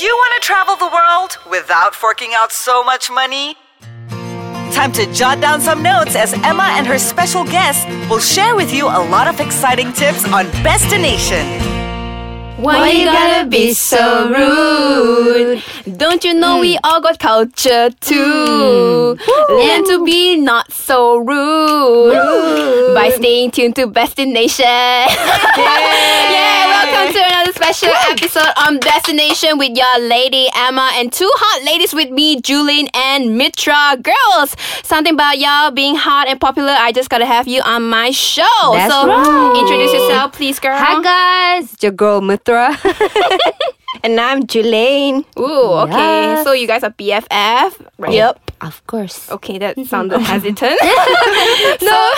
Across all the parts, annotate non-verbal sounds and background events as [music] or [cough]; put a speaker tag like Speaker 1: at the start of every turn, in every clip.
Speaker 1: you want to travel the world without forking out so much money? Time to jot down some notes as Emma and her special guest will share with you a lot of exciting tips on Destination.
Speaker 2: Why you gotta be so rude? Don't you know we all got culture too?
Speaker 3: Hmm.
Speaker 2: Learn to be not so rude by staying tuned to Destination. [laughs] yeah, welcome to another special episode on Destination with your lady Emma and two hot ladies with me, Julian and Mitra. Girls, something about y'all being hot and popular. I just gotta have you on my show.
Speaker 3: That's
Speaker 2: so
Speaker 3: right.
Speaker 2: introduce yourself, please, girl.
Speaker 3: Hi guys, it's your girl Mithra. and I'm Julaine.
Speaker 2: Ooh, okay.
Speaker 3: Yes.
Speaker 2: So you guys are BFF? Yep.
Speaker 3: [laughs] Of course.
Speaker 2: Okay,
Speaker 3: [laughs]
Speaker 2: that sounded hesitant. [laughs] no,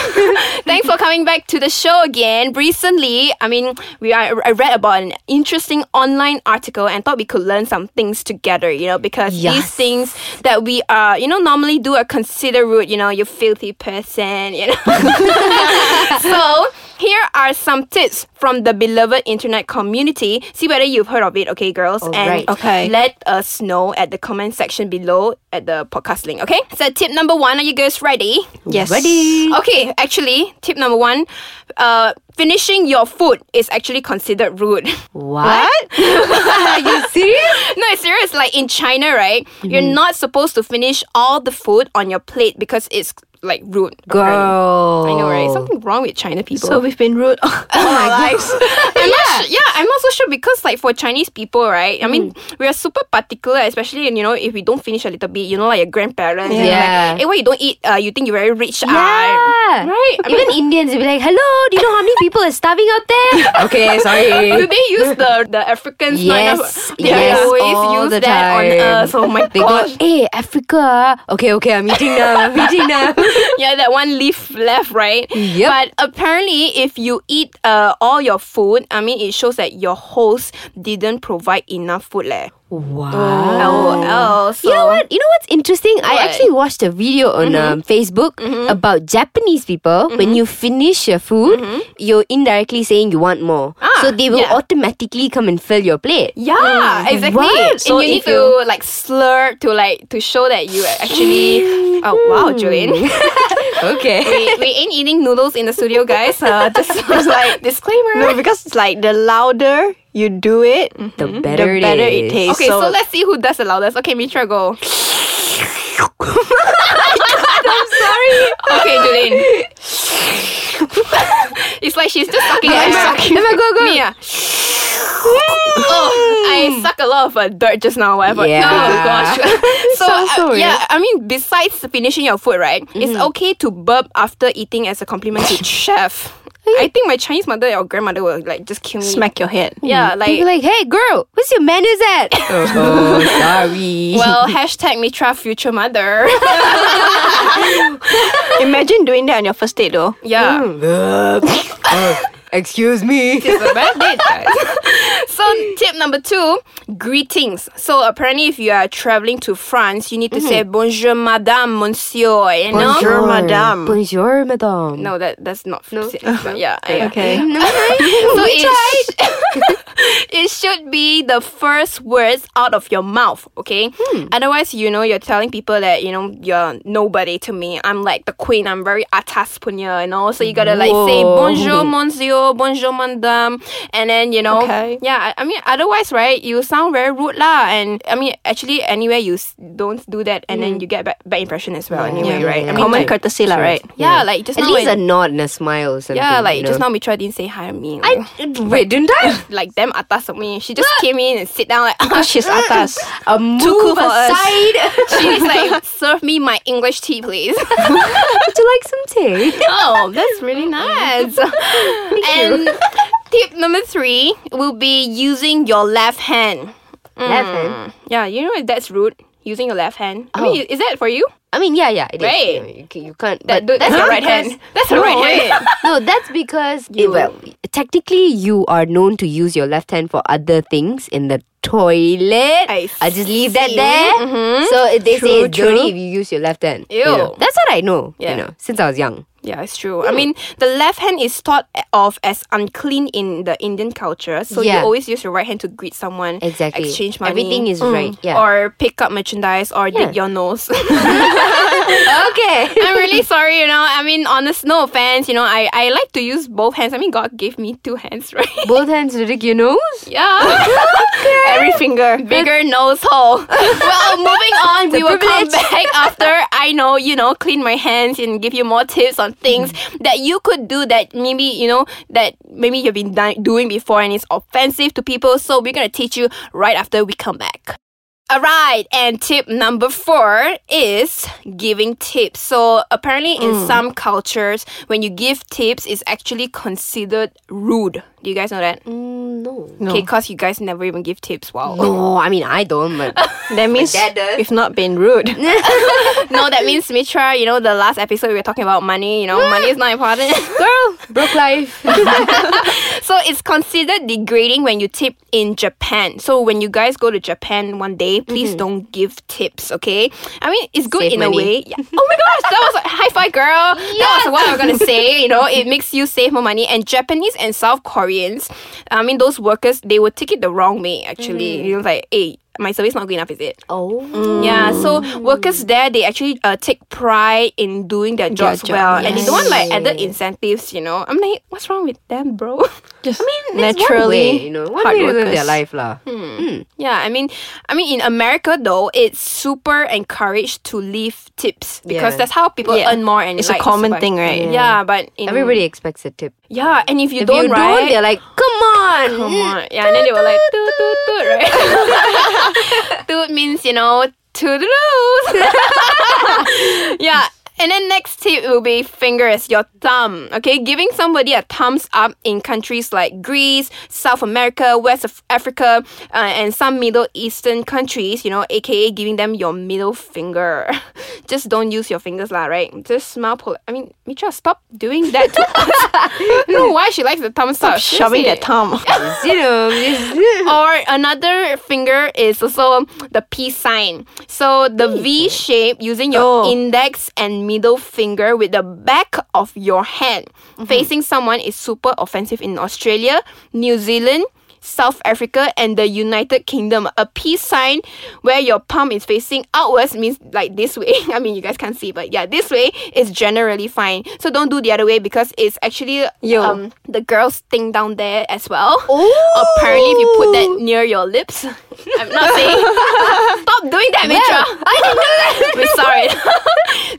Speaker 2: thanks for coming back to the show again. Recently, I mean, we are, I read about an interesting online article and thought we could learn some things together. You know, because these
Speaker 3: Yes.
Speaker 2: things that we are, you know, normally do are considered rude. You know, you filthy person. You know. [laughs] so here are some tips from the beloved internet community. See whether you've heard of it. Okay, girls, and
Speaker 3: Alright.
Speaker 2: okay. let us know at the comment section below at the podcast link. Okay, so tip number one, are you guys ready?
Speaker 3: Yes. Ready.
Speaker 2: Okay, actually, tip number one, uh, finishing your food is actually considered rude. [laughs]
Speaker 3: What?
Speaker 2: Are you
Speaker 3: [laughs]
Speaker 2: serious? no, it's serious. Like in China, right? You're not supposed to finish all the food on your plate because it's like rude. apparently.
Speaker 3: Girl.
Speaker 2: I know, right? Something wrong with China people.
Speaker 4: So we've been
Speaker 3: [laughs]
Speaker 4: rude all
Speaker 2: [laughs]
Speaker 4: our lives.
Speaker 2: I'm not su- yeah, I'm not so sure because like for Chinese people, right? I
Speaker 3: Mm.
Speaker 2: mean, we are super particular, especially and you know if we don't finish a little bit, you know, like your grandparents. you know,
Speaker 3: Yeah.
Speaker 2: Like, hey, why you don't eat? Uh, you think you're very rich? Yeah.
Speaker 3: Yeah.
Speaker 2: right. I [laughs]
Speaker 3: Even Indians will be like, hello, do you know how many people are starving out there? [laughs] okay, sorry.
Speaker 2: do they use the the African sign? [laughs]
Speaker 3: Yes,
Speaker 2: They
Speaker 3: yes,
Speaker 2: always
Speaker 3: all
Speaker 2: use
Speaker 3: the
Speaker 2: that on
Speaker 3: time.
Speaker 2: us. Oh my
Speaker 3: [laughs] They go,
Speaker 2: gosh.
Speaker 3: hey, Africa. Okay, okay, I'm eating now. I'm eating now.
Speaker 2: yeah, that one leaf left, right?
Speaker 3: Yep.
Speaker 2: But apparently, if you eat uh, all your food, I mean, it shows that your host didn't provide enough food, leh.
Speaker 3: [laughs] Wow.
Speaker 2: LOL. So,
Speaker 3: Oh. You know what? You know what's interesting? I
Speaker 2: What? Mm-hmm.
Speaker 3: actually watched a video on um, Facebook about Japanese people. When you finish your food, you're indirectly saying you want more,
Speaker 2: Mm-hmm. Ah,
Speaker 3: so they will
Speaker 2: yeah.
Speaker 3: automatically come and fill your plate. Mm-hmm.
Speaker 2: Yeah, exactly.
Speaker 3: What?
Speaker 2: and
Speaker 3: Oh, So
Speaker 2: you need
Speaker 3: if you-
Speaker 2: to like slur to like to show that you are
Speaker 3: [gasps]
Speaker 2: actually. oh wow, Julian.
Speaker 3: Hmm.
Speaker 2: [laughs]
Speaker 3: Okay.
Speaker 2: we, we ain't eating noodles in the studio, guys. Uh, just
Speaker 3: [laughs]
Speaker 2: like disclaimer.
Speaker 4: no, because it's like the louder you do it,
Speaker 2: Mm-hmm.
Speaker 3: The better,
Speaker 4: the better
Speaker 3: is.
Speaker 4: it, tastes.
Speaker 2: Okay, so, let's see who does the loudest. Okay, Mitra, [laughs] go. I'm sorry. Okay, Jolene. it's like she's just sucking air. Emma, go, go. Mia. oh, I suck a lot of uh, dirt just now, whatever.
Speaker 3: Yeah.
Speaker 2: Oh, [laughs] gosh. so,
Speaker 4: So
Speaker 2: uh,
Speaker 4: sorry.
Speaker 2: yeah, I mean, besides finishing your food, right, it's okay to burp after eating as a compliment to [laughs] chef. I think my Chinese mother or grandmother will like just kill me.
Speaker 4: smack your head.
Speaker 2: Yeah, like
Speaker 3: People like, hey girl, what's your manners
Speaker 2: [laughs]
Speaker 3: at? [laughs] oh, sorry.
Speaker 4: [laughs]
Speaker 2: Well, hashtag Mitra future mother. [laughs]
Speaker 4: Imagine doing that on your first date though.
Speaker 2: yeah.
Speaker 4: Mm,
Speaker 3: excuse me.
Speaker 2: [laughs] So tip number two, greetings. So apparently if you are traveling to France, you need to say bonjour madame, monsieur, you know?
Speaker 4: Mm-hmm. Bonjour, madame.
Speaker 3: Oh, Bonjour, madame. [laughs]
Speaker 2: No, that that's not no. yeah, yeah.
Speaker 4: [laughs] Okay.
Speaker 2: [laughs] So it, sh- it should be the first words out of your mouth, okay?
Speaker 3: Hmm.
Speaker 2: Otherwise, you know, you're telling people that, you know, you're nobody to me. I'm like the queen. I'm very atas punya, you know? So you gotta like say,
Speaker 3: Whoa.
Speaker 2: bonjour, monsieur, bonjour, madame. And then, you know,
Speaker 4: Okay.
Speaker 2: yeah, I, I mean, otherwise, right, you sound very rude lah. And I mean, actually, anywhere you s- don't do that and then you get bad, bad impression as well anyway,
Speaker 3: Hmm. yeah,
Speaker 2: right?
Speaker 3: yeah,
Speaker 2: I mean,
Speaker 4: Common
Speaker 2: like-
Speaker 4: courtesy lah, right?
Speaker 2: Yeah, like just
Speaker 3: At
Speaker 2: now
Speaker 3: least a
Speaker 2: when-
Speaker 3: nod and a smile or something.
Speaker 2: yeah, like
Speaker 3: you know?
Speaker 2: just now Mitra didn't say hi to me. like-
Speaker 3: I wait, didn't I?
Speaker 2: like them atas of me. She
Speaker 3: [laughs]
Speaker 2: just came in and sit down like "Ah,
Speaker 4: She's atas.
Speaker 3: A move
Speaker 4: for us.
Speaker 3: aside.
Speaker 2: [laughs] she's like serve me my English tea please.
Speaker 3: [laughs]
Speaker 2: [laughs]
Speaker 3: Would you like some tea?
Speaker 2: oh, that's really nice. and tip number three will be using your left hand.
Speaker 3: Eleven.
Speaker 2: Yeah, you know that's rude. Using your left hand. I
Speaker 3: Oh.
Speaker 2: mean, is that for you?
Speaker 3: I mean, yeah, yeah, it is.
Speaker 2: Right.
Speaker 3: You, know, you ca- you can't.
Speaker 2: That,
Speaker 3: but
Speaker 2: that's
Speaker 3: not
Speaker 2: your right
Speaker 3: because-
Speaker 2: hand. That's your right hand.
Speaker 3: [laughs] No, that's because eh, well, technically you are known to use your left hand for other things in the toilet.
Speaker 2: I
Speaker 3: will just leave that
Speaker 2: see.
Speaker 3: there. So eh, they say
Speaker 4: True,
Speaker 3: it's
Speaker 4: true.
Speaker 3: dirty if you use your left hand. you know.
Speaker 2: Ew.
Speaker 3: That's what I know.
Speaker 2: Yeah.
Speaker 3: You know, since I was young.
Speaker 2: Yeah.
Speaker 4: Yeah, it's true. I mean, the left hand is thought of as unclean in the Indian culture, so
Speaker 3: Yeah.
Speaker 4: you always use your right hand to greet someone,
Speaker 3: Exactly.
Speaker 4: exchange money, Mm.
Speaker 3: Everything is right, yeah.
Speaker 4: or pick up merchandise, or dig
Speaker 3: Yeah.
Speaker 4: your
Speaker 3: [laughs]
Speaker 4: nose. [laughs]
Speaker 3: Okay.
Speaker 2: I'm really sorry, you know. I mean, honest, no offense, you know. I, I like to use both hands. I mean, God gave me two
Speaker 4: [laughs]
Speaker 2: hands, right?
Speaker 3: Both hands to dig your nose.
Speaker 2: Yeah.
Speaker 4: Every finger.
Speaker 2: Bigger nose hole. [laughs] well, moving on, we will come back after I know, you know, clean my hands and give you more tips on things that you could do that maybe, you know, that maybe you've been di- doing before and it's offensive to people. So we're going to teach you right after we come back. All right, and tip number four is giving tips. So apparently, in some cultures, when you give tips, it's actually considered rude. Do you guys know that?
Speaker 3: No.
Speaker 4: No.
Speaker 2: Okay, cause you guys never even give tips.
Speaker 3: [laughs]
Speaker 2: Wow.
Speaker 3: No, I mean I don't, but
Speaker 4: That means
Speaker 3: dad does.
Speaker 4: if not being rude.
Speaker 2: no, that means Mitra. You know, the last episode we were talking about money. You know, money is not important. [laughs]
Speaker 3: girl, broke life.
Speaker 2: so it's considered degrading when you tip in Japan. So when you guys go to Japan one day, please don't give tips. Okay. I mean, it's good
Speaker 3: Mm-hmm. Save
Speaker 2: in a
Speaker 3: money.
Speaker 2: way. Yeah. Oh my gosh, that was
Speaker 3: [laughs]
Speaker 2: a high five, girl. That was what I'm gonna say. You know, it makes you save more money. And Japanese and South Koreans, I mean, those workers, they would take it the wrong way. Actually,
Speaker 3: Mm-hmm.
Speaker 2: it was like, hey, my service not good enough, is it?
Speaker 3: Oh.
Speaker 2: Yeah, so workers there they actually uh, take pride in doing their jobs
Speaker 4: job,
Speaker 2: well, and they don't want like
Speaker 3: yes.
Speaker 2: added incentives. You know, I'm like, what's wrong with them, bro?
Speaker 4: [laughs]
Speaker 2: [laughs]
Speaker 4: Just
Speaker 3: Way,
Speaker 4: naturally,
Speaker 3: you know, one
Speaker 4: hard
Speaker 3: way to live their
Speaker 4: workers.
Speaker 3: life lah.
Speaker 2: Hmm. yeah, I mean, I mean, in America though, it's super encouraged to leave tips because
Speaker 3: Yeah.
Speaker 2: that's how people
Speaker 4: Yeah.
Speaker 2: earn more and
Speaker 4: It's
Speaker 2: like,
Speaker 4: a common
Speaker 2: survive.
Speaker 4: thing, right?
Speaker 2: Yeah, but in,
Speaker 3: Everybody expects a tip.
Speaker 2: Yeah, and if you
Speaker 3: if
Speaker 2: don't,
Speaker 3: you
Speaker 2: right?
Speaker 3: don't, they're like, come on.
Speaker 2: Come on. Yeah, and then they were like, toot, toot, toot, [laughs] right? toot means, you know, toodaloos. yeah. And then next tip will be fingers, your thumb. Okay, giving somebody a thumbs up in countries like Greece, South America, West of Africa, uh, and some Middle Eastern countries, you know, aka giving them your middle finger. [laughs] Just don't use your fingers, lah, right? Just smile. Pol- I mean, Mitra, stop doing that to us. [laughs] I don't know why she likes the thumbs up.
Speaker 4: Shoving
Speaker 2: Seriously
Speaker 4: their thumb.
Speaker 3: [laughs] You
Speaker 2: [laughs]
Speaker 3: know, this-
Speaker 2: or another finger is also the peace sign. So the V shape using your
Speaker 4: Hmm. Oh.
Speaker 2: index and middle finger with the back of your hand
Speaker 4: Mm-hmm.
Speaker 2: facing someone is super offensive in Australia, New Zealand, South Africa and the United Kingdom. A peace sign where your palm is facing outwards means like this way. [laughs] I mean you guys can't see but yeah this way is generally fine. So don't do the other way because it's actually
Speaker 4: Yo.
Speaker 2: um the girls thing down there as well. Oh. Apparently, if you put that near your lips, [laughs] I'm not saying stop doing that, Mitra. I didn't do that. [laughs] We're sorry.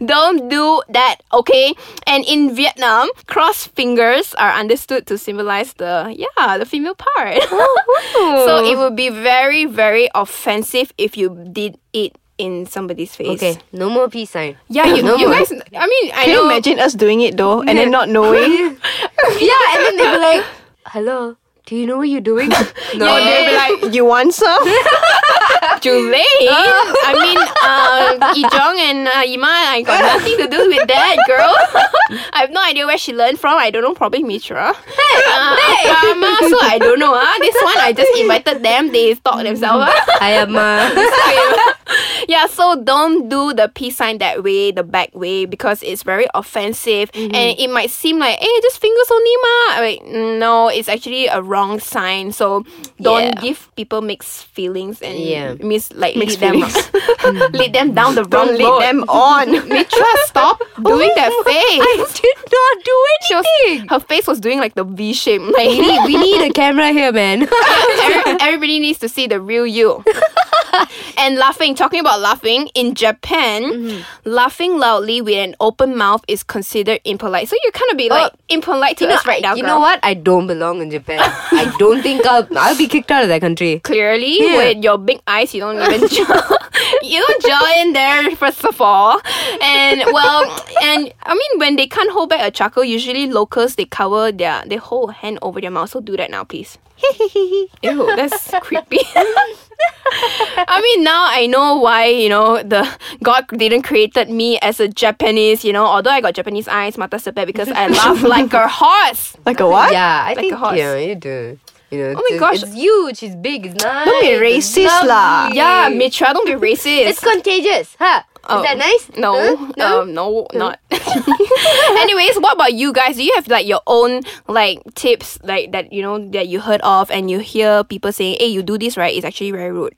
Speaker 2: Don't do that, okay? And in Vietnam, cross fingers are understood to symbolize the yeah the female part. [laughs] so it would be very very offensive if you did it in somebody's face.
Speaker 3: okay, no more peace sign.
Speaker 2: Yeah, you,
Speaker 3: [laughs] No
Speaker 2: you
Speaker 3: more.
Speaker 2: guys. I mean, I
Speaker 4: Can you
Speaker 2: know.
Speaker 4: imagine us doing it though and then
Speaker 3: [laughs]
Speaker 4: not knowing?
Speaker 3: yeah, and then they'll be like, hello, do you know what
Speaker 2: [laughs]
Speaker 3: you're doing? [laughs] no.
Speaker 2: Yeah, yeah, yeah.
Speaker 4: like, you
Speaker 3: [laughs]
Speaker 4: want some?
Speaker 2: Julie, Oh. I mean, uh, Ijong and uh, Ima, I got nothing to do with that, [laughs] girl. I have no idea where she learned from. I don't know, probably Mitra. Hey, so I don't know. Ah, This one, I just invited them. They talk themselves. ah.
Speaker 3: I
Speaker 2: [laughs]
Speaker 3: am uh, [laughs]
Speaker 2: yeah, so don't do the peace sign that way, the back way, because it's very offensive
Speaker 3: Mm-hmm.
Speaker 2: and it might seem like, hey, just fingers only, ma. I mean, no, it's actually a wrong sign. So don't
Speaker 3: Yeah.
Speaker 2: give people mixed feelings and
Speaker 3: Yeah.
Speaker 2: mis- like
Speaker 4: Mixed
Speaker 2: lead them [laughs] lead them down the wrong
Speaker 4: Don't lead
Speaker 2: road.
Speaker 4: [laughs] them on.
Speaker 2: Mitra,
Speaker 3: [laughs]
Speaker 2: stop doing that face. [laughs]
Speaker 3: I did not do
Speaker 2: She was-
Speaker 3: anything.
Speaker 2: her face was doing like the V shape. [laughs] Like
Speaker 3: [laughs] We need, we need a camera here,
Speaker 2: [laughs]
Speaker 3: man.
Speaker 2: Every- everybody needs to see the real
Speaker 3: [laughs]
Speaker 2: you. and laughing, talking about laughing, in Japan,
Speaker 3: Mm-hmm.
Speaker 2: laughing loudly with an open mouth is considered impolite. So you kind of be like impolite to us right now.
Speaker 3: you
Speaker 2: girl.
Speaker 3: know what? I don't belong in Japan. I don't think I'll, I'll be kicked out of that country.
Speaker 2: Clearly,
Speaker 3: Yeah.
Speaker 2: with your big eyes, you don't
Speaker 3: [laughs]
Speaker 2: even gel. [laughs] you don't gel in there first of all. And well, and I mean, when they can't hold back a chuckle, usually locals they cover their they hold a hand over their mouth. So do that now,
Speaker 3: [laughs]
Speaker 2: please. Ew, that's creepy. [laughs] I mean, now I know why you know the God didn't created me as a Japanese. You know, although I got Japanese
Speaker 3: [laughs]
Speaker 2: eyes, mata sepet, because I laugh like a horse.
Speaker 4: Like a what?
Speaker 3: Yeah, I
Speaker 2: Like a
Speaker 3: think
Speaker 2: horse.
Speaker 3: yeah, you do. You know,
Speaker 2: Oh my
Speaker 3: it's-
Speaker 2: gosh.
Speaker 3: It's huge, it's big, it's nice.
Speaker 2: Don't be
Speaker 3: it's
Speaker 2: racist lah.
Speaker 3: lovely.
Speaker 2: Yeah, Mitra, don't be racist.
Speaker 3: It's contagious, huh?
Speaker 2: Oh,
Speaker 3: Is that nice?
Speaker 2: No,
Speaker 3: Huh? No.
Speaker 2: Um, no,
Speaker 3: [laughs]
Speaker 2: not. [laughs] Anyways, what about you guys? Do you have like your own like tips like that you know that you heard of and you hear people saying, "Hey, you do this right?" It's actually very rude.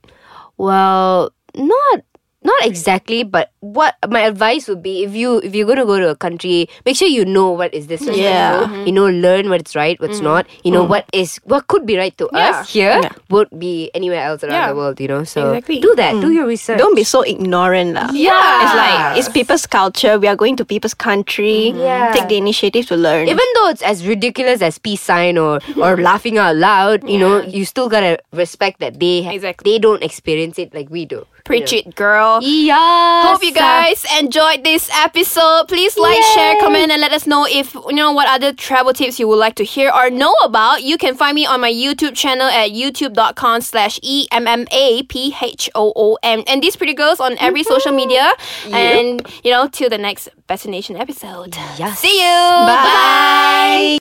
Speaker 3: Well, not not exactly, but what my advice would be if you if you're gonna go to a country, make sure you know what is this right.
Speaker 2: Yeah. Mm-hmm. Mm.
Speaker 3: You, know, you know, learn what's right, what's not. You know what is what could be right to us here would be anywhere else around
Speaker 2: Yeah.
Speaker 3: the world. You know, so
Speaker 2: Exactly. Mm.
Speaker 3: do that. Do your research.
Speaker 2: Don't be so ignorant, lah.
Speaker 3: Yeah.
Speaker 2: it's like it's people's culture. We are going to people's country.
Speaker 3: Yeah.
Speaker 2: take the initiative to learn.
Speaker 3: even though it's as ridiculous as peace sign or or
Speaker 2: [laughs]
Speaker 3: laughing out loud, you know, you still gotta respect that they ha-
Speaker 2: Exactly.
Speaker 3: they don't experience it like we do.
Speaker 2: preach it, girl.
Speaker 3: Yeah.
Speaker 2: Hope you guys enjoyed this episode. Please like, share, comment, and let us know if you know what other travel tips you would like to hear or know about. You can find me on my YouTube channel at youtube.com slash E E-M-M-A-P-H-O-O-M. And these pretty girls on every social media. And you know, till the next Destination episode.
Speaker 3: Yes.
Speaker 2: See you.
Speaker 3: Bye.